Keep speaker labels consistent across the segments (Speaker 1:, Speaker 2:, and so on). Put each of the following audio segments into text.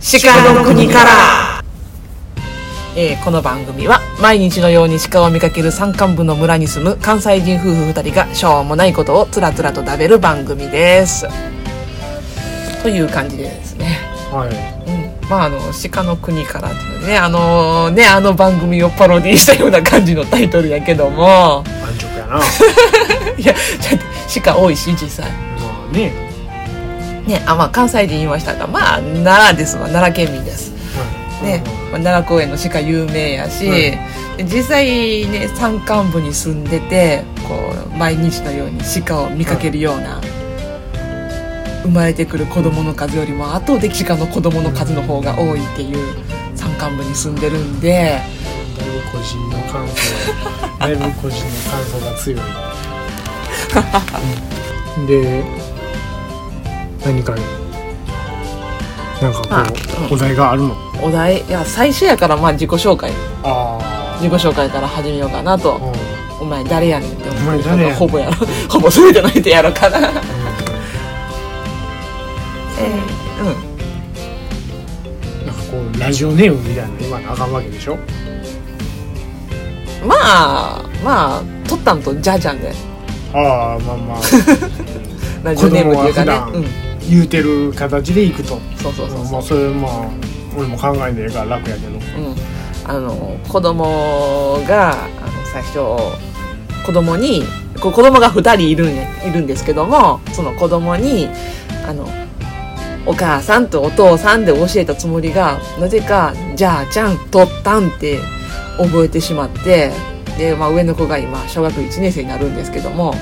Speaker 1: 鹿の国から、えーこの番組は毎日のように鹿を見かける山間部の村に住む関西人夫婦2人がしょうもないことをつらつらと食べる番組ですという感じでですね
Speaker 2: はい。
Speaker 1: うんまああの「鹿の国から」っていうねあのねあの番組をパロディしたような感じのタイトルやけども
Speaker 2: 安直やな。ま
Speaker 1: いやちょっと鹿多いし実際
Speaker 2: あね。
Speaker 1: ねあまあ関西人言いましたがまあ奈良ですわ奈良県民です
Speaker 2: はい
Speaker 1: ね まあ奈良公園の鹿有名やし、
Speaker 2: うん
Speaker 1: で実際ね山間部に住んでてこう毎日のように鹿を見かけるような、生まれてくる子供の数よりも圧倒的鹿の子供の数の方が多いっていう山間部に住んでるんで
Speaker 2: だいぶ個人の感想、だいぶ個人の感想が強 い。うんで、何か、なん
Speaker 1: あ
Speaker 2: かこ
Speaker 1: うん
Speaker 2: う、お題があるの。
Speaker 1: お題いや最初やからまあ自己紹介
Speaker 2: あ
Speaker 1: 自己紹介から始めようかな
Speaker 2: あ。う
Speaker 1: と
Speaker 2: ん
Speaker 1: 「お前誰やねん」って思
Speaker 2: お前
Speaker 1: って
Speaker 2: 誰やねん
Speaker 1: ほぼやろ ほぼ全ての人やろかな。うん
Speaker 2: なんかこう、ラジオネームみたいなの今なあかんわけでしょ。
Speaker 1: まあまあ撮ったんとじゃじゃんで
Speaker 2: ああ、まあまあ、
Speaker 1: ラジオネームっていうか
Speaker 2: 子供は普段
Speaker 1: ね、うん、
Speaker 2: 言うてる形でいくと。
Speaker 1: そうそうそう
Speaker 2: まあ、それ、まあ、俺も考えんでええから楽やけど。
Speaker 1: うん、あの子供があの最初子供にこう子供が2人いるんやいるんですけどもその子供にあのお母さんとお父さんで教えたつもりがなぜか「じゃあちゃんとったん」って覚えてしまってで、まあ、上の子が今小学1年生になるんですけども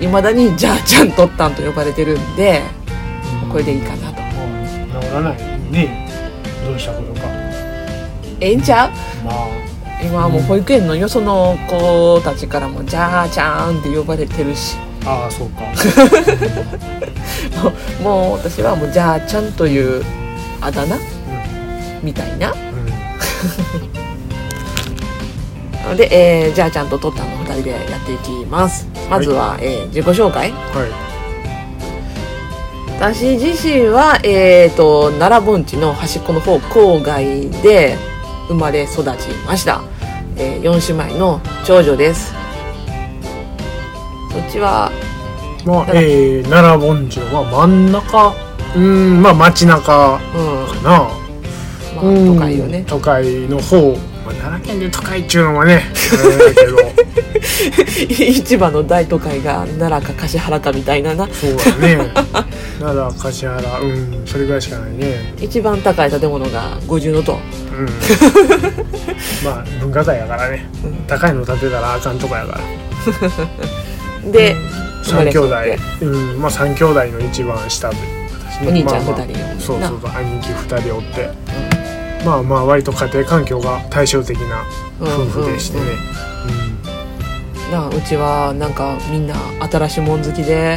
Speaker 1: いまだに「じゃあちゃんとったん」と呼ばれてるんでこれでいいかなと。
Speaker 2: うん治らないねどうしたことか
Speaker 1: ええんちゃう
Speaker 2: まあ
Speaker 1: 今はもう保育園のよその子たちからも「じゃあちゃん」って呼ばれてるし
Speaker 2: ああそうか
Speaker 1: もうもう私はもう「じゃあちゃん」というあだ名みたいな
Speaker 2: うん、うん、
Speaker 1: で、えーじゃあちゃん」と「とった」の2人でやっていきますまずは、えー自己紹介
Speaker 2: は
Speaker 1: 私自身は、えー、と奈良盆地の端っこの方郊外で生まれ育ちました、え4姉妹の長女ですそっちはい
Speaker 2: まあ
Speaker 1: ただ
Speaker 2: えー、奈良盆地は真ん中うんまあ街中
Speaker 1: うん
Speaker 2: かな、
Speaker 1: まあ
Speaker 2: うん
Speaker 1: 都会よね
Speaker 2: 都会の方、まあ、奈良県で都会っちゅうのはねあれだけ ど
Speaker 1: 市場の大都会が奈良か橿原かみたいなな
Speaker 2: そうだね奈良橿原うんそれぐらいしかないね
Speaker 1: 一番高い建物が五重塔
Speaker 2: うん まあ文化財やからね高いの建てたらあかんとこやから
Speaker 1: で、生ま
Speaker 2: 三
Speaker 1: れ
Speaker 2: 兄
Speaker 1: 育
Speaker 2: 弟
Speaker 1: って、
Speaker 2: うんまあ、三兄弟の一番下で私ね
Speaker 1: お兄ちゃん
Speaker 2: まあま
Speaker 1: 二人
Speaker 2: あ
Speaker 1: おんねんな
Speaker 2: そうそうそう兄貴二人おって、まあまあ割と家庭環境が対照的な夫婦でしてね、
Speaker 1: なあうちはなんかみんな新しいもん好きで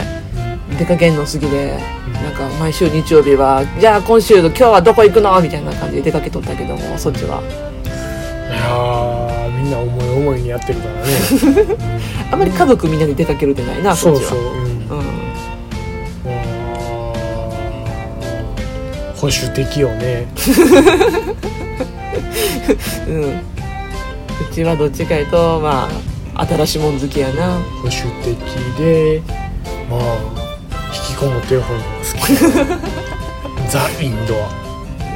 Speaker 1: 出かけんの好きでなんか毎週日曜日はじゃあ今週の今日はどこ行くのみたいな感じで出かけとったけどもそっちは
Speaker 2: うんいやーみんな思い思いにやってるから ね
Speaker 1: あんまり家族みんなで出かけるでないな
Speaker 2: そ
Speaker 1: そっ
Speaker 2: う
Speaker 1: ちは
Speaker 2: そう、うん
Speaker 1: うん
Speaker 2: あー保守的よね
Speaker 1: うんうちはどっちかいうとまあ新しいもん好きやな
Speaker 2: 保守的でまあ引きこもってる方が好 きザ・インドア
Speaker 1: う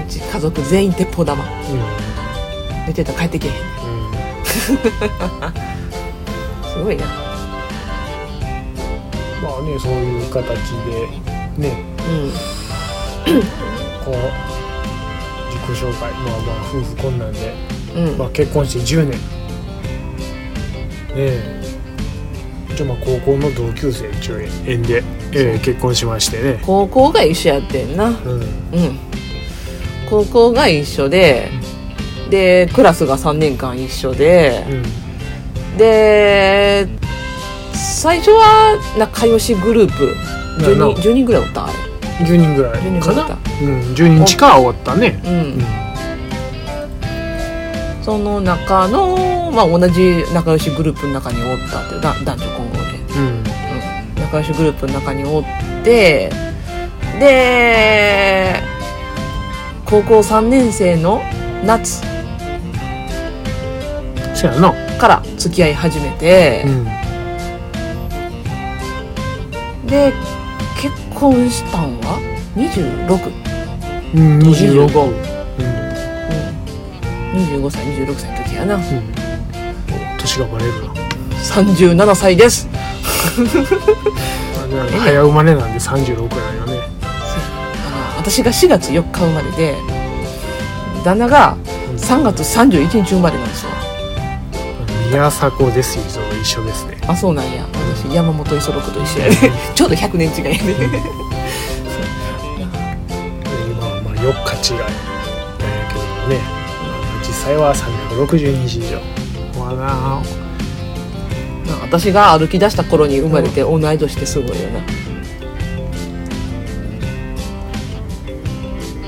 Speaker 1: ち家族全員鉄砲玉
Speaker 2: うん
Speaker 1: 寝てたら帰ってけへん
Speaker 2: うん
Speaker 1: すごいな
Speaker 2: まあねそういう形でね
Speaker 1: うん
Speaker 2: こう自己紹介まあまあ夫婦困難で、
Speaker 1: うん、
Speaker 2: まあ、結婚して10年ねえ一応まあ高校の同級生一応縁で、ええ結婚しましてね
Speaker 1: 高校が一緒やってんなうん
Speaker 2: うん
Speaker 1: 高校が一緒ででクラスが3年間一緒で
Speaker 2: うん
Speaker 1: で最初は仲良しグループ
Speaker 2: やな
Speaker 1: 10人 ,10 人ぐらいおったあ
Speaker 2: 10人ぐら
Speaker 1: 10人
Speaker 2: い
Speaker 1: ぐら
Speaker 2: か
Speaker 1: い
Speaker 2: な
Speaker 1: だっ
Speaker 2: うん10人近い終わったね
Speaker 1: れう
Speaker 2: うんん、
Speaker 1: その中の、まあ、同じ仲良しグループの中におったっていうだ男女混合で
Speaker 2: うん
Speaker 1: 仲良しグループの中におってで高校3年生の夏
Speaker 2: そやな
Speaker 1: から付き合い始めて
Speaker 2: う、ん
Speaker 1: で結婚したんは2625
Speaker 2: うん
Speaker 1: 25
Speaker 2: 26うん
Speaker 1: 歳26歳の時やな
Speaker 2: うん年がバレるな
Speaker 1: 37歳です
Speaker 2: あなんか早生まれなんで36なんよね
Speaker 1: あー私が4月4日生まれで旦那が
Speaker 2: うん
Speaker 1: 3月31日生まれなんですよ
Speaker 2: 宮迫ですよ一緒ですね
Speaker 1: あそうなんや私山本五十六と一緒やね ちょうど100年違いやね
Speaker 2: 今はまあ4日違いなんやけどもね実際は360日以上まあな
Speaker 1: まあ私が歩き出した頃に生まれて同い年ってすごいよな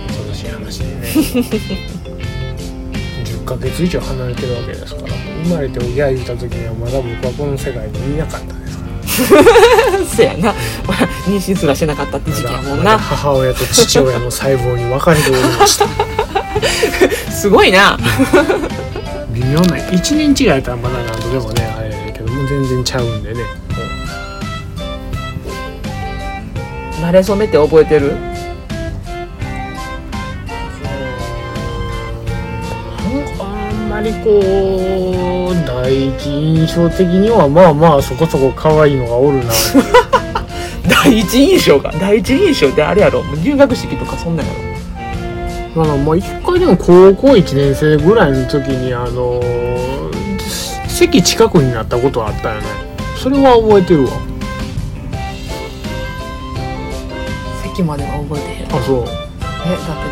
Speaker 2: 恐ろしい話でね 10ヶ月以上離れてるわけですから生まれて親いた時にはまだ僕はこの世界にいなかったですから
Speaker 1: そやな、 まあ、妊娠すらしてなかったって時期やもん
Speaker 2: まだ
Speaker 1: な
Speaker 2: 母親と父親の細胞に分かれており ました
Speaker 1: すごいな
Speaker 2: 微妙な1年違いやったらまだ何度でもねあれやけども全然ちゃうんでね
Speaker 1: 慣れ初めって覚えてる
Speaker 2: なんかあんまりこう第一印象的にはまあまあそこそこ可愛いのがおる な
Speaker 1: 第一印象が第一印象ってあれやろもう入学式とかそんなんやろ
Speaker 2: まあまあ一回でも高校1年生ぐらいの時にあのー席近くになったことはあったよねそれは覚えてるわ
Speaker 1: 席までは覚えてへんえ
Speaker 2: あそう
Speaker 1: だって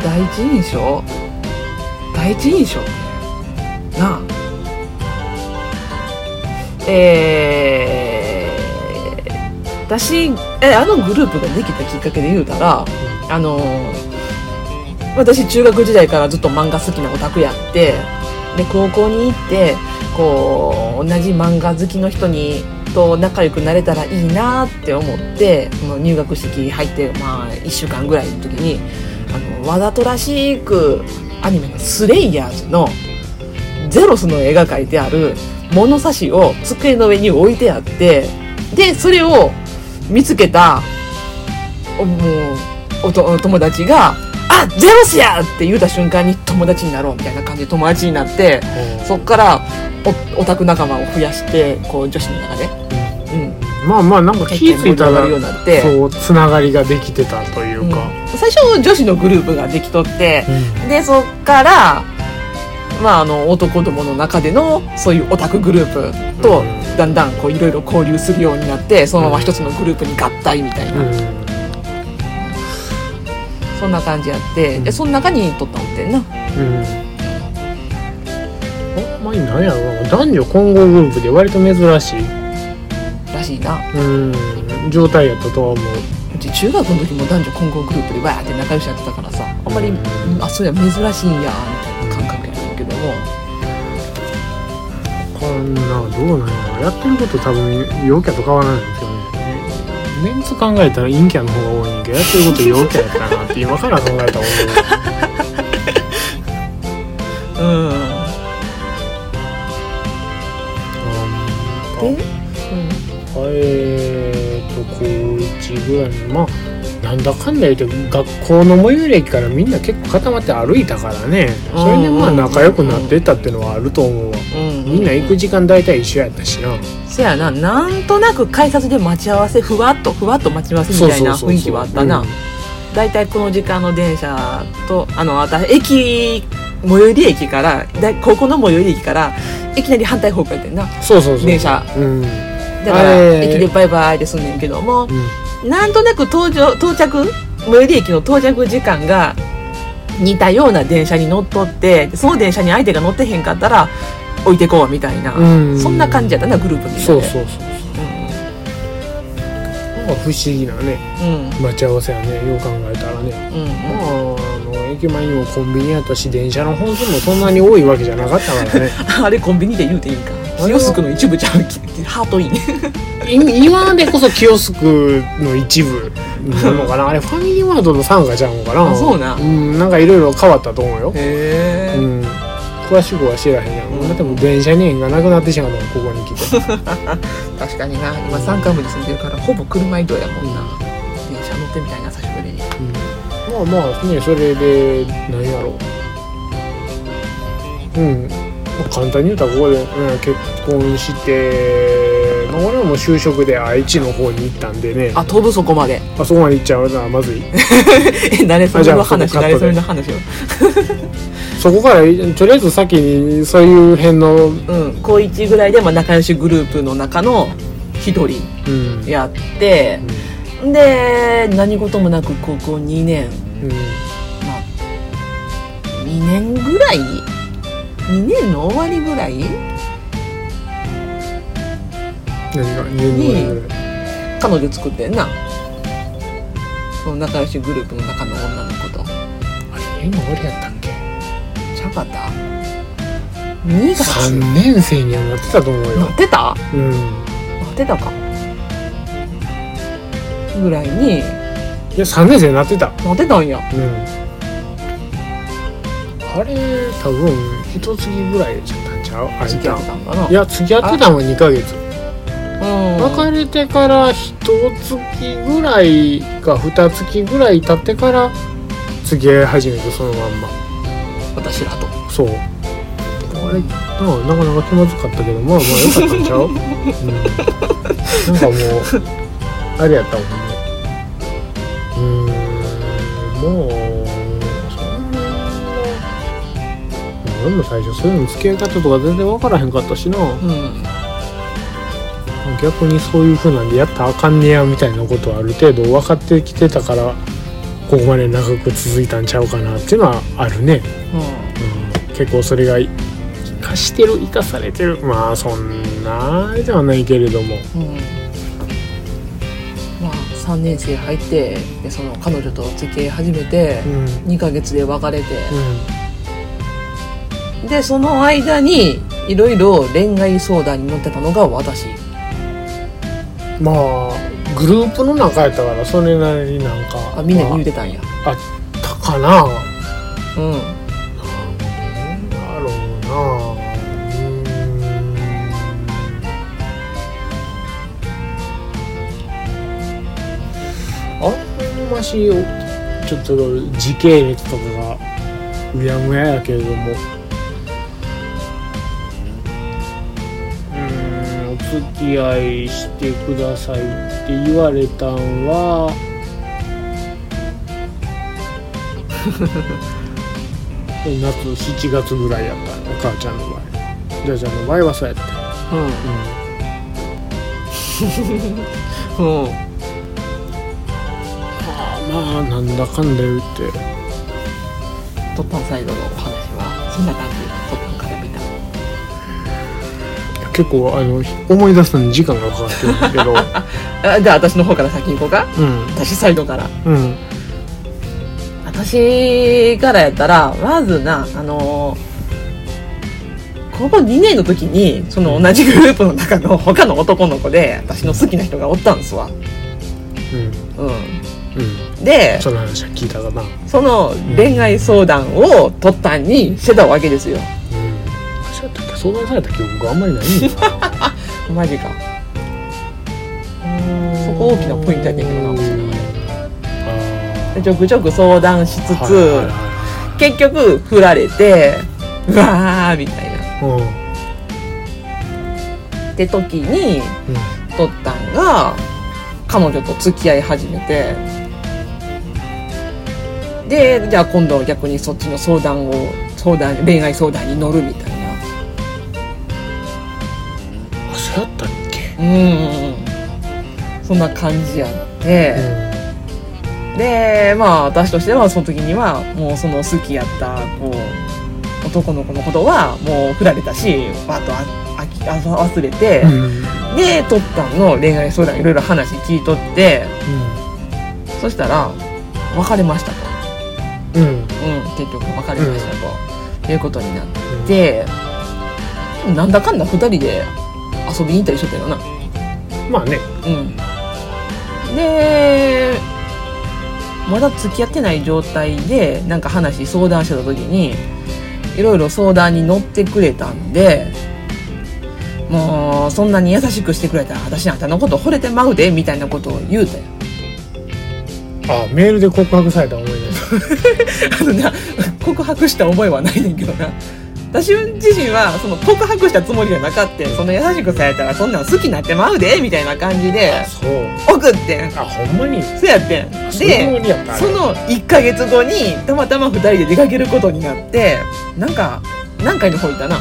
Speaker 1: 第一印象第一印象なあえー、私えあのグループができたきっかけで言うたらあのー私中学時代からずっと漫画好きなオタクやってで高校に行ってこう同じ漫画好きの人にと仲良くなれたらいいなって思ってその入学式入って、まあ、1週間ぐらいの時にあのわざとらしくアニメの「スレイヤーズ」のゼロスの絵が描いてある物差しを机の上に置いてあってでそれを見つけたおもうおとお友達が「あゼロスや!」って言うた瞬間に友達になろうみたいな感じで友達になってそっからおオタク仲間を増やしてこう女子の中で、うん、
Speaker 2: まあまあなんか気
Speaker 1: 結構盛
Speaker 2: づい
Speaker 1: り
Speaker 2: た
Speaker 1: 上が
Speaker 2: ら
Speaker 1: るようになって、
Speaker 2: そうつながりができてたというか、
Speaker 1: うん最初女子のグループができとって
Speaker 2: うん
Speaker 1: でそっから、まあ、あの男どもの中でのそういうオタクグループと、
Speaker 2: うん
Speaker 1: だんだんこういろいろ交流するようになってそのまま一つのグループに合体みたいな、
Speaker 2: うん
Speaker 1: そんな感じやって、
Speaker 2: うん
Speaker 1: でその中にとったんってんな
Speaker 2: うんあんまりなんやろな男女混合グループで割と珍しい、
Speaker 1: らしいな
Speaker 2: うん、状態やったとは思う
Speaker 1: うち中学の時も男女混合グループでわーって仲良しやってたからさあんまり、
Speaker 2: うん
Speaker 1: あそうや珍しいんやみたいな感覚やねんけども
Speaker 2: こんなどうなんやろやってること多分陽キャと変わらないんですよねメンツ考えたら陰キャの方が多いんやけどやってること陽キャやったなって今から考えたら思
Speaker 1: う
Speaker 2: ううん
Speaker 1: んで、うん
Speaker 2: えーと高1ぐらいにまあなんだかんだ言うて学校の最寄り駅からみんな結構固まって歩いたからねそれでまあ仲良くなってったっていうのはあると思うわ
Speaker 1: うん
Speaker 2: みんな行く時間大体一緒やったしな
Speaker 1: せやななんとなく改札で待ち合わせふわっとふわっと待ち合わせみたいな雰囲気はあったなだいたいこの時間の電車とあの私駅最寄り駅からだい高校の最寄り駅からいきなり反対方向やってんな
Speaker 2: そうそうそう
Speaker 1: 電車
Speaker 2: うんうん
Speaker 1: だから
Speaker 2: あれ
Speaker 1: 駅でバイバイですんねんけどもなんとなく到着到着最寄り駅の到着時間が似たような電車に乗っとってその電車に相手が乗ってへんかったら置いてこうみたいな、
Speaker 2: うん
Speaker 1: そんな感じやったなグループみんなで
Speaker 2: そうそうそうなんか不思議なね
Speaker 1: うんうん
Speaker 2: 待ち合わせやねよう考えたらね
Speaker 1: うん
Speaker 2: まああの駅前にもコンビニやったし電車の本数もそんなに多いわけじゃなかったからね
Speaker 1: あれコンビニで言うていいんか
Speaker 2: あれは
Speaker 1: 清須区の一部ちゃうきハートイン
Speaker 2: い今でこそキオスクの一部なのか なあれファミリーマートの傘下ちゃうのかな、
Speaker 1: あそうなん
Speaker 2: なんかいろいろ変わったと思うよ、
Speaker 1: へえ、
Speaker 2: うん、詳しくは知らへんやん、
Speaker 1: うん
Speaker 2: だってもう電車に縁がなくなってしまうのここに 来て
Speaker 1: 確かにな今山間部に住んでるからほぼ車移動やもんな、電車乗ってみたいな久しぶりに
Speaker 2: うんまあまあねそれで何やろううん、まあ簡単に言うたらここで、うん、結婚して、まあ、俺はもう就職で愛知の方に行ったんでね
Speaker 1: あ飛ぶそこまで
Speaker 2: あそこまで行っちゃうのはまずい
Speaker 1: え誰それの話
Speaker 2: あじゃあ
Speaker 1: 誰それの話を
Speaker 2: そこからとりあえず先にそういう辺のうん
Speaker 1: うん高1ぐらいでまあ仲良しグループの中の一人やってで何事もなく高校2年
Speaker 2: うん
Speaker 1: まあ2年ぐらい2年の終わりぐらい
Speaker 2: 何が入年ぐらい
Speaker 1: 彼女作ってんなその仲良しグループの中の女の子と
Speaker 2: あれ今俺やったっけ
Speaker 1: ちゃかった2月
Speaker 2: 3年生にはなってたと思う
Speaker 1: な
Speaker 2: よ
Speaker 1: ってた
Speaker 2: うん
Speaker 1: なってたかぐらいに
Speaker 2: いや3年生になってた
Speaker 1: なってたんや
Speaker 2: うんあれ多分一月ぐらいちゃったんちゃうあれ
Speaker 1: 付き合って
Speaker 2: い
Speaker 1: たんかな
Speaker 2: や付き合ってたのは2ヶ月
Speaker 1: うん
Speaker 2: 別れてから一月ぐらいか二月ぐらい経ってから付き合い始めてそのまんま
Speaker 1: 私らと
Speaker 2: そうあれなんかなかなか気まずかったけどまあまあ良かったんちゃう、うん、なんかもうあれやったもんねうーんもうそんな俺も最初そういうの付き合い方とか全然分からへんかったしな
Speaker 1: うん
Speaker 2: 逆にそういう風なんでやったらあかんねやみたいなことはある程度分かってきてたからここまで長く続いたんちゃうかなっていうのはあるね
Speaker 1: う
Speaker 2: うん結構それが生かしてる生かされてるまあそんなあれではないけれども
Speaker 1: んうんまあ3年生入ってでその彼女と付き合い始めて
Speaker 2: うんうん
Speaker 1: 2ヶ月で別れてでその間にいろいろ恋愛相談に乗ってたのが私
Speaker 2: まあグループの中やったからそれなりになんか
Speaker 1: あみんなに
Speaker 2: ま
Speaker 1: 言うてたんや
Speaker 2: ああったかな
Speaker 1: うん
Speaker 2: なんだろうなうんあんましちょっと時系列とかがうやむややけれどもうんお付き合いしてくださいって言われたんは夏7月ぐらいやったのお母ちゃんの場合ジャジャの場合はそうやって、
Speaker 1: うんうん
Speaker 2: まあなんだかんだ言って
Speaker 1: トッパンサイドのお話はそんな感じトッパンから見た
Speaker 2: 結構あの思い出すのに時間がかかってるんだけ ど
Speaker 1: あじゃあ私の方から先行こうか
Speaker 2: うん
Speaker 1: 私サイドから
Speaker 2: うん
Speaker 1: 私からやったらまずなあの高校2年の時にその同じグループの中の他の男の子で私の好きな人がおったんですわ、
Speaker 2: うん
Speaker 1: う
Speaker 2: うん
Speaker 1: ん、で
Speaker 2: その話は聞いたかな、うん、
Speaker 1: その恋愛相談を取ったんにしてたわけですよ
Speaker 2: そうやったっけ相談された記憶があんまりない んだ
Speaker 1: マジかそこ大きなポイントやけどな私の
Speaker 2: あ
Speaker 1: でちょくちょく相談しつつ、
Speaker 2: ーはいは
Speaker 1: 結局振られてうわーみたいない
Speaker 2: はいうん
Speaker 1: って時に
Speaker 2: うん
Speaker 1: 取ったんが彼女と付き合い始めてでじゃあ今度は逆にそっちの相談を相談恋愛相談に乗るみたいな
Speaker 2: あそうやったっけ
Speaker 1: うんそんな感じやって、でまあ私としてはその時にはもうその好きやったこう男の子のことはもう振られたしバッとああきあ忘れて、
Speaker 2: うんうんうん
Speaker 1: でとったんの恋愛相談いろいろ話聞いとってそしたら「別れました」と
Speaker 2: う
Speaker 1: 「
Speaker 2: ん
Speaker 1: うん結局別れましたと」いうことになってなんだかんだ2人で遊びに行ったりしとったよな
Speaker 2: まあね
Speaker 1: うん、でまだ付き合ってない状態でなんか話相談してた時にいろいろ相談に乗ってくれたんでもうそんなに優しくしてくれたら私あんたのこと惚れてまうでみたいなことを言うたよ。
Speaker 2: あメールで告白された思い です
Speaker 1: あのな告白した覚えはないねんけどな私自身はその告白したつもりじゃなかってその優しくされたらそんなん好きになってまうでみたいな感じで
Speaker 2: そう
Speaker 1: 送ってん
Speaker 2: あほんまに
Speaker 1: そうやってん
Speaker 2: そうい
Speaker 1: で
Speaker 2: うのやったあれ
Speaker 1: その1ヶ月後にたまたま2人で出かけることになってなんか何回の方いたな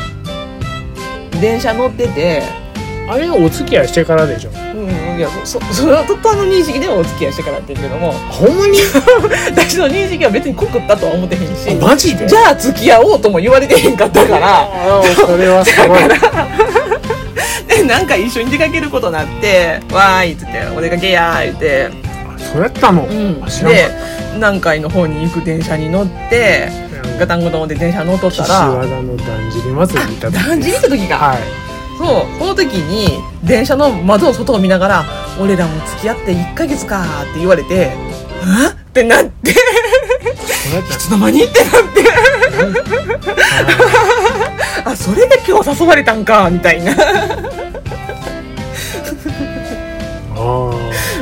Speaker 1: 電車乗ってて
Speaker 2: あれはお付き合いしてからでしょ
Speaker 1: うんいやそそそれはとったの認識ではお付き合いしてからって言うけども
Speaker 2: ほんまに
Speaker 1: 私の認識は別に告ったとは思ってへんし
Speaker 2: マジで
Speaker 1: じゃあ付き合おうとも言われてへんかったから
Speaker 2: あそれはすごい
Speaker 1: で なんか一緒に出かけることになって「わーい」っつって「お出かけやー」言って、
Speaker 2: あそうやったの、あ知らんか
Speaker 1: で
Speaker 2: っ
Speaker 1: 南海の方に行く電車に乗って
Speaker 2: た
Speaker 1: ガタンゴトンで電車乗っとった
Speaker 2: 岸
Speaker 1: ら
Speaker 2: 和田のだんじり祭りにいた時
Speaker 1: だんじり行った時が、
Speaker 2: はい
Speaker 1: そうこの時に電車の窓を外を見ながら「俺らも付き合って1ヶ月か」って言われて「ん?」ってなって
Speaker 2: そうや
Speaker 1: 「いつの間に?」ってなって
Speaker 2: っ
Speaker 1: 「あそれで今日誘われたんか」みたいな
Speaker 2: たのはい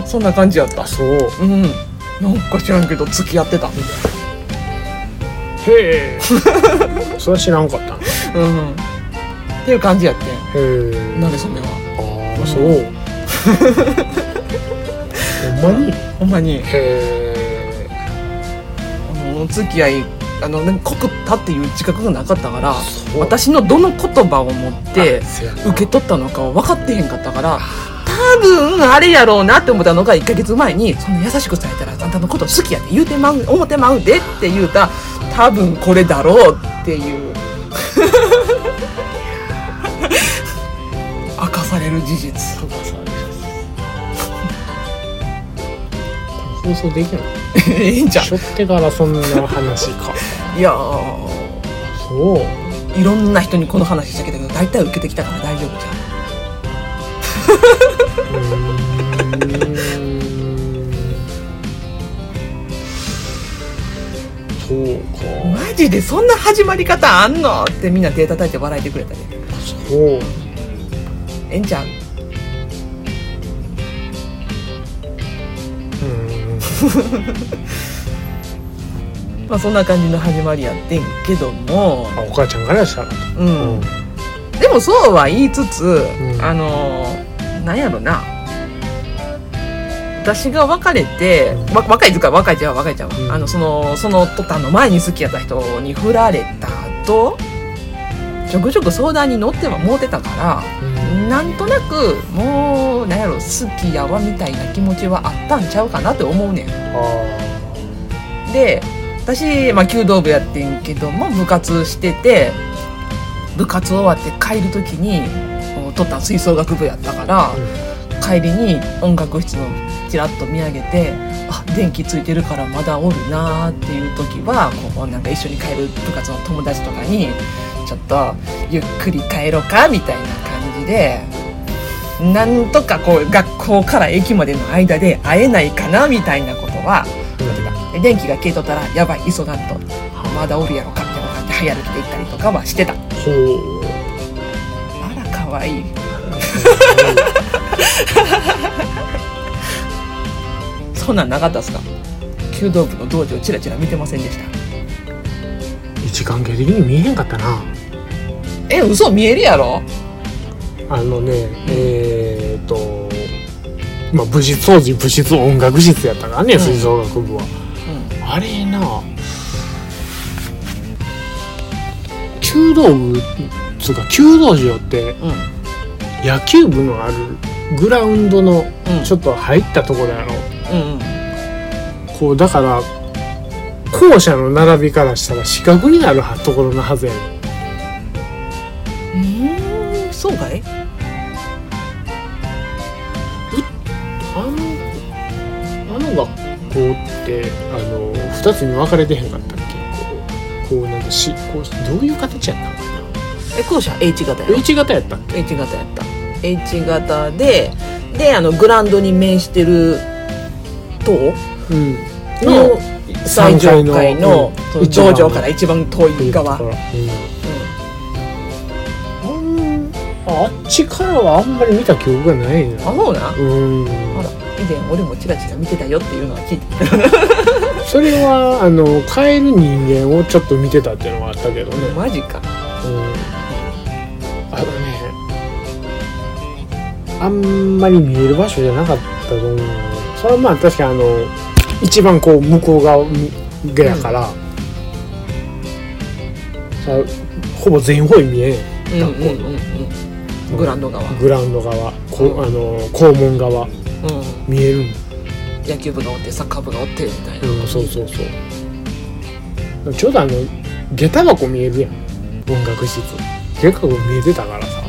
Speaker 1: そんな感じやっ
Speaker 2: あー
Speaker 1: た
Speaker 2: あそう
Speaker 1: うんなんか知らんけど付き合ってた
Speaker 2: へえそれは知らんかったな
Speaker 1: う
Speaker 2: へ
Speaker 1: んっていう感じやってん
Speaker 2: え
Speaker 1: なんでそんなは
Speaker 2: ああそうほんまにへ
Speaker 1: ほんまに
Speaker 2: え
Speaker 1: あのお付き合いあのなんか告ったっていう自覚がなかったから
Speaker 2: そう
Speaker 1: 私のどの言葉を持って
Speaker 2: あせやな
Speaker 1: 受け取ったのかは分かってへんかったから多分あれやろうなって思ったのが1ヶ月前に「そんな優しくされたらあんたのこと好きやって言うてまう思ってまうで」って言うた多分これだろうっていう 明かされる事実
Speaker 2: 放送できない
Speaker 1: いいんじゃん
Speaker 2: しょってからそんな話か
Speaker 1: いやー
Speaker 2: そう
Speaker 1: いろんな人にこの話したけど大体受けてきたから大丈夫じゃん
Speaker 2: うーんそうか
Speaker 1: マジでそんな始まり方あんのってみんな手叩いて笑いてくれたで
Speaker 2: そう
Speaker 1: えんちゃん
Speaker 2: うーん
Speaker 1: まあそんな感じの始まりやってんけども
Speaker 2: あお母ちゃんからしたら
Speaker 1: う、
Speaker 2: うんん
Speaker 1: でもそうは言いつつ、
Speaker 2: ん
Speaker 1: あのーなんやろな私が別れて、
Speaker 2: うん
Speaker 1: わ若い時から若いちゃうわ若いちゃうわ、
Speaker 2: うん
Speaker 1: あのそのその途端の前に好きやった人に振られた後ちょくちょく相談に乗ってはもうてたからなんとなくもうなんやろ好きやわみたいな気持ちはあったんちゃうかなって思うねん
Speaker 2: ああ
Speaker 1: で私、まあ、弓道部やってんけども部活してて部活終わって帰る時に取った吹奏楽部やったから、帰りに音楽室のちらっと見上げてあ電気ついてるからまだおるなーっていう時はこうなんか一緒に帰る部活の友達とかにちょっとゆっくり帰ろうかみたいな感じでなんとかこう学校から駅までの間で会えないかなみたいなことはで電気が消えとったらやばい急がんとまだおるやろかって感じで早歩きで行ったりとかはしてた
Speaker 2: ほう
Speaker 1: あらかわいいそんなんなかったっすか弓道部の道場チラチラ見てませんでした
Speaker 2: 時間経的に見えへんかったな
Speaker 1: え嘘見えるやろ
Speaker 2: あのねえー、っとまあ武術当時武術音楽室やったからね
Speaker 1: うん
Speaker 2: 吹奏楽部は、
Speaker 1: う
Speaker 2: あれな弓道部つうか弓道場って
Speaker 1: んうん
Speaker 2: 野球部のあるグラウンドの
Speaker 1: うん
Speaker 2: ちょっと入ったところやろ、
Speaker 1: うんうん
Speaker 2: こうだから校舎の並びからしたら四角になるはところのはずやねん
Speaker 1: うーんそうかい
Speaker 2: あのあの学校ってあの2つに分かれてへんかったっけこうこうなんかしこうどういう形やったのか
Speaker 1: え校舎 H 型や
Speaker 2: な
Speaker 1: ろ
Speaker 2: H 型やったっ
Speaker 1: H 型やった H 型でであのグラウンドに面してる塔
Speaker 2: けうん
Speaker 1: の
Speaker 2: の
Speaker 1: 最上階の
Speaker 2: うん
Speaker 1: 頂上から一番遠い側、
Speaker 2: う
Speaker 1: うん
Speaker 2: んうんああっちからはあんまり見た記憶がないな
Speaker 1: あそうな
Speaker 2: うん
Speaker 1: あら以前俺もチラチラ見てたよっていうのは聞いて
Speaker 2: それはあの変える人間をちょっと見てたっていうのはあったけどね、うん、
Speaker 1: マジか
Speaker 2: あのねあんまり見える場所じゃなかったと思うそれはまあ確かにあの一番こう向こう側がやから、さほぼ全方位見えん
Speaker 1: うんうんうんうんグラウンド側、うん、
Speaker 2: グラウンド側こ、うあの校門側見えるんだ
Speaker 1: 野球部がおってサッカー部がおってみたいな、
Speaker 2: うんそうそうそうちょうどあの下駄箱見えるやん音楽室下駄箱見えてたからさ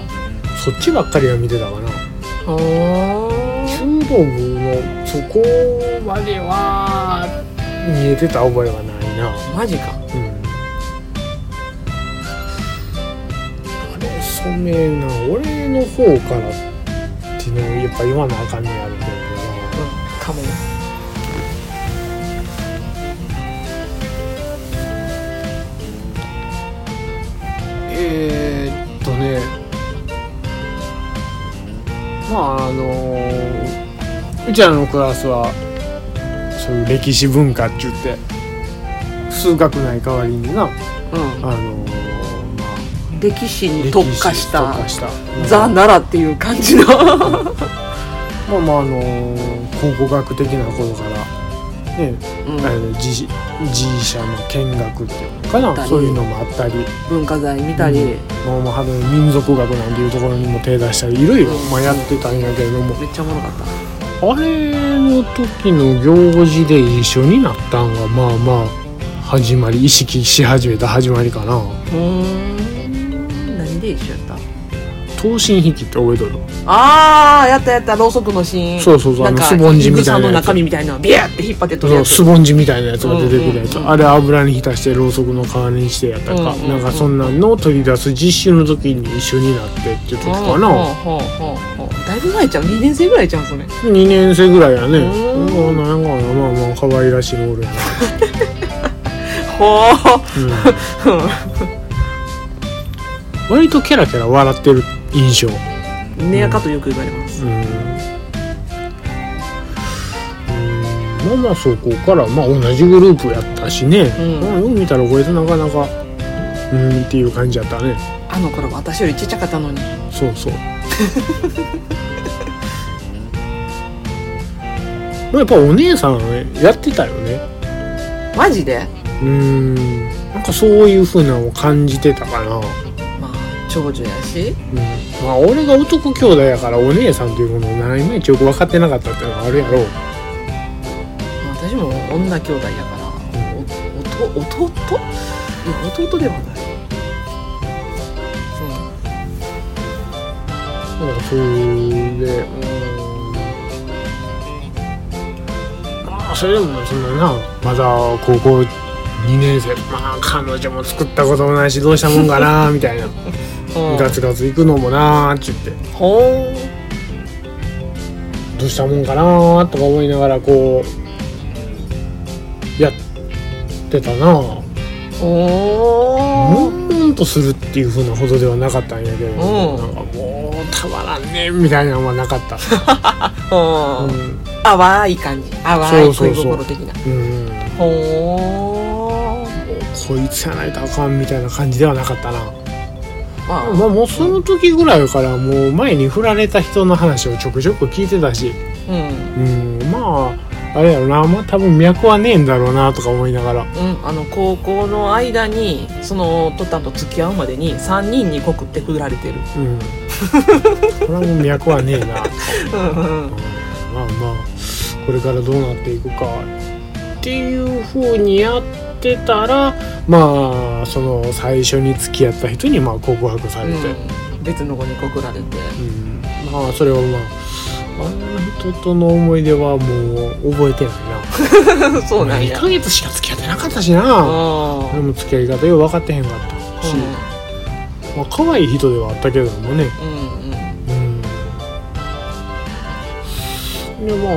Speaker 2: そっちばっかりは見てたかな
Speaker 1: ほー
Speaker 2: 弓道部のそこまでは見えてた覚えはないな
Speaker 1: マジか
Speaker 2: うんあれそめえな俺の方からっていうのをやっぱ言わなあかんねやろうけどな
Speaker 1: うんかも
Speaker 2: えーっとねまああのうちらのクラスはそういう歴史文化っちゅって数学ない代わりになあ
Speaker 1: うん
Speaker 2: のま
Speaker 1: 歴史
Speaker 2: あ
Speaker 1: に特化した
Speaker 2: 歴史特化した
Speaker 1: ザ・奈良っていう感じの
Speaker 2: まあまああの考古学的なことからね
Speaker 1: うん
Speaker 2: あの自自社の見学っていうのか
Speaker 1: った
Speaker 2: な
Speaker 1: り
Speaker 2: そういうのもあったり
Speaker 1: 文化財見たり、
Speaker 2: まあまあ民族学なんていうところにも手出したりいろいろまあやってたんやけれども
Speaker 1: めっちゃおもろかった
Speaker 2: あれの時の行事で一緒になったんがまあまあ始まり意識し始めた始まりかな
Speaker 1: うーん何で一緒やった
Speaker 2: 刀身引きって覚えとる
Speaker 1: ああやったやったろうそくのシーン
Speaker 2: そうそうそう
Speaker 1: なんか
Speaker 2: あのスポンジみたい
Speaker 1: イグサ
Speaker 2: なやつ
Speaker 1: の中身みたいなのをビャーって引っ張って
Speaker 2: そ
Speaker 1: 取るや
Speaker 2: の
Speaker 1: つ
Speaker 2: スポンジみたいなやつが出てくるやつ、
Speaker 1: うんうんうん
Speaker 2: あれ油に浸してろうそくの皮にしてやった
Speaker 1: うん
Speaker 2: か、
Speaker 1: うんうん
Speaker 2: なんかそんなんのを取り出す実習の時に一緒になってっていう時かな、
Speaker 1: ほうほうほうほうだいぶ前ちゃう2年生ぐらいちゃうそれ
Speaker 2: 2年生ぐらいやね
Speaker 1: うん
Speaker 2: うんなんかなまあまあ可愛らしいロールやな、
Speaker 1: ほ
Speaker 2: うん、割とキャラキャラ笑ってる印象
Speaker 1: うネアかとよく言われます
Speaker 2: うんうんまあまあそこから、まあ、同じグループやったしね、
Speaker 1: うん
Speaker 2: まあよく見たらこれとなかなかうんっていう感じやったね
Speaker 1: あの頃私よりちっちゃかったのに
Speaker 2: そうそう まあやっぱお姉さんやってたよね
Speaker 1: マジで
Speaker 2: うんなんかそういう風なのを感じてたかな、うん、
Speaker 1: まあ長女やし
Speaker 2: まあ俺が男兄弟やからお姉さんというものをないまいちよく分かってなかったっていうのはあるやろう
Speaker 1: まあ私も女兄弟やからおおと弟いや弟ではない
Speaker 2: なんかそれで、うん、まあそれでもそんななまだ高校2年生まあ彼女も作ったこともないしどうしたもんかなみたいな
Speaker 1: うん、うん
Speaker 2: ガツガツ行くのもなーって言って
Speaker 1: ほー
Speaker 2: どうしたもんかなーとか思いながらこうやってたな
Speaker 1: おー
Speaker 2: ムンムンとするっていうふうなほどではなかったんやけど、
Speaker 1: うん
Speaker 2: なんかもうたまらんねみたいなのはなかった、
Speaker 1: うん
Speaker 2: うん
Speaker 1: 淡い感じ淡い恋心的な
Speaker 2: うん
Speaker 1: ほ
Speaker 2: こいつやないとあかんみたいな感じではなかったな、
Speaker 1: ーまあ
Speaker 2: まあ、もうその時ぐらいからもう前に振られた人の話をちょくちょく聞いてたし
Speaker 1: うん
Speaker 2: うんまああれやろなまあ多分脈はねえんだろうなとか思いながら
Speaker 1: うんあの高校の間にそのトッタンと付き合うまでに3人に告って振られてる
Speaker 2: うんこれはもう脈はねえな
Speaker 1: うんうん
Speaker 2: まあまあこれからどうなっていくかっていう風にやってたらまあその最初に付き合った人にまあ告白されて、
Speaker 1: うん別の子に告られて
Speaker 2: うんまあそれはまああの人との思い出はもう覚えてないな
Speaker 1: そうなん
Speaker 2: 2
Speaker 1: や
Speaker 2: ヶ月しか付き合ってなかったしな
Speaker 1: あ
Speaker 2: でも付き合い方よく分かってへんかったし、まあ可愛い人ではあったけれどもね
Speaker 1: うんうんうん
Speaker 2: うんでまあ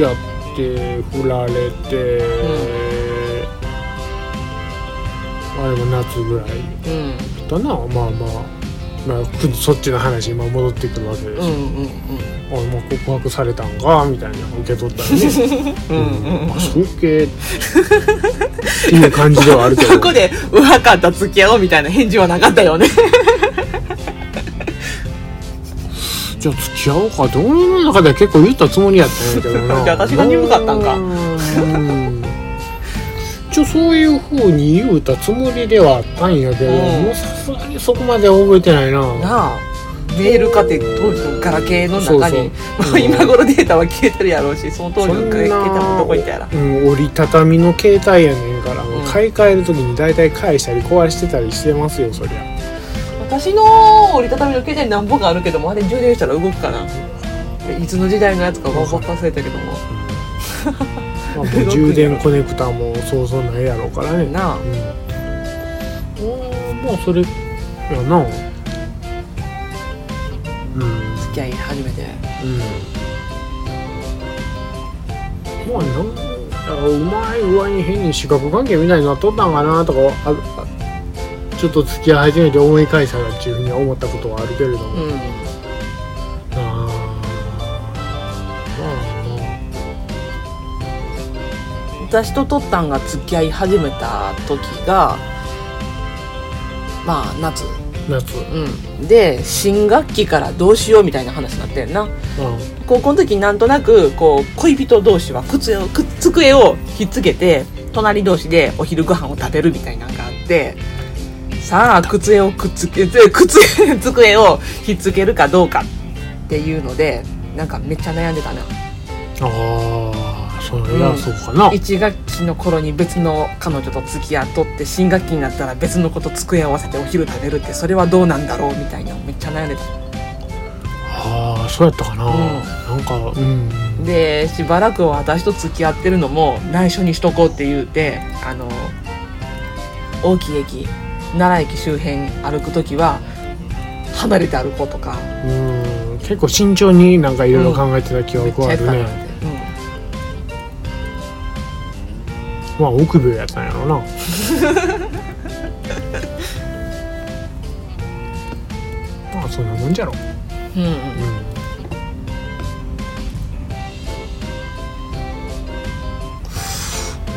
Speaker 2: やって振られて、あれも夏ぐらい
Speaker 1: うん
Speaker 2: だなまあまあ、まあ、くそっちの話今戻ってくるわけです、
Speaker 1: うんうん
Speaker 2: あもう告白されたんかみたいな受け取ったらね
Speaker 1: うんうんうんうん
Speaker 2: あそうけっていう感じではあるけど
Speaker 1: そ こで「うわかった付き合おう」みたいな返事はなかったよね
Speaker 2: じゃあ付き合おうかって俺の中では結構言ったつもりやったんやけど な
Speaker 1: じゃあ私が鈍かったんか
Speaker 2: うんちょそういう風に言うたつもりではあったんやけど、
Speaker 1: うん
Speaker 2: もうさすがにそこまでは覚えてないな
Speaker 1: なあメールかって当時のガラケーの中に
Speaker 2: そうそう
Speaker 1: まあ今頃データは消えてるやろうしその当時のガラケ
Speaker 2: そんな
Speaker 1: ーもどこ行ったやら
Speaker 2: うん、折りたたみの携帯やねんから、もう
Speaker 1: うん
Speaker 2: 買い替える時に大体返したり壊してたりしてますよそりゃ
Speaker 1: 私の折りたたみの携帯何本かあるけどもあれ充電したら動くかないつの時代のやつか分か忘れたけども
Speaker 2: まあ、もう 充電コネクタもそうそうないやろうからね
Speaker 1: なあ
Speaker 2: うん、おーもうそれやなうん
Speaker 1: 付き合い始めて
Speaker 2: うんまあなんかうまい具合に変に視覚関係みたいになっとったんかなとかああちょっと付き合い始めて思い返したなっていうふうには思ったことはあるけれども、
Speaker 1: うん
Speaker 2: あーま
Speaker 1: 私ととったんが付き合い始めた時がまあ夏
Speaker 2: あまあ夏
Speaker 1: うんで新学期からどうしようみたいな話になってんな
Speaker 2: う
Speaker 1: 高校の時なんとなくこう恋人同士は靴をく机をひっつけて隣同士でお昼ご飯を食べるみたいなのがあってさあ靴をくっつけて靴机をひっつけるかどうかっていうのでなんかめっちゃ悩んでたなん
Speaker 2: ああそれ
Speaker 1: う
Speaker 2: は
Speaker 1: ん
Speaker 2: そうかな、
Speaker 1: 1学期の頃に別の彼女と付き合っとって新学期になったら別の子と机を合わせてお昼食べるってそれはどうなんだろうみたいなめっちゃ悩んでた
Speaker 2: ああそうやったかな、
Speaker 1: うん
Speaker 2: なんかうん
Speaker 1: でしばらくは私と付き合ってるのも内緒にしとこうって言うてあの大きい駅奈良駅周辺歩く時は離れて歩こうとか
Speaker 2: うん結構慎重になんかいろいろ考えてた記
Speaker 1: めっ
Speaker 2: 憶
Speaker 1: ちゃ
Speaker 2: はあ
Speaker 1: やって
Speaker 2: る
Speaker 1: た
Speaker 2: ね、
Speaker 1: なって、
Speaker 2: まあ臆病やったんや ろうなまあそんなもんじゃろ
Speaker 1: うんうん
Speaker 2: うん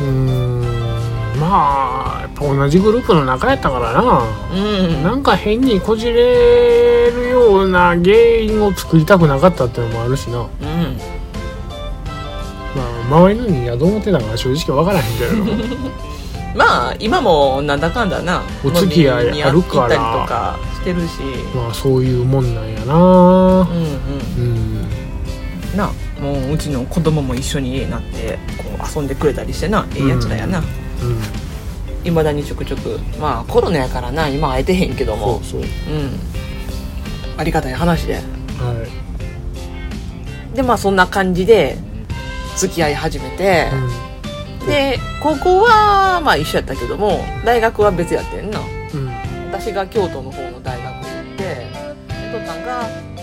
Speaker 2: うーんまあやっぱ同じグループの中やったからな
Speaker 1: うんうん
Speaker 2: なんか変にこじれるような原因を作りたくなかったっていうのもあるしなま
Speaker 1: うん
Speaker 2: あ周りの人間はどう思ってたのか正直わからへんけれども
Speaker 1: まあ今もなんだかんだな
Speaker 2: お付き合いあ
Speaker 1: 飲みに
Speaker 2: るから
Speaker 1: 行ったりとかしてるし
Speaker 2: まあそういうもんなんやな
Speaker 1: うんうん
Speaker 2: うん
Speaker 1: なもううちの子供も一緒になってこう遊んでくれたりしてなええやつらやな、
Speaker 2: うん
Speaker 1: いまだにちょくちょくまあコロナやからな今会えてへんけど
Speaker 2: そ
Speaker 1: も
Speaker 2: うそう
Speaker 1: うんありがたい話で
Speaker 2: はい
Speaker 1: でまあそんな感じで付き合い始めて、で高校はまあ一緒やったけども大学は別やってんな
Speaker 2: うんうん
Speaker 1: 私が京都の方の大学に行ってでとったんが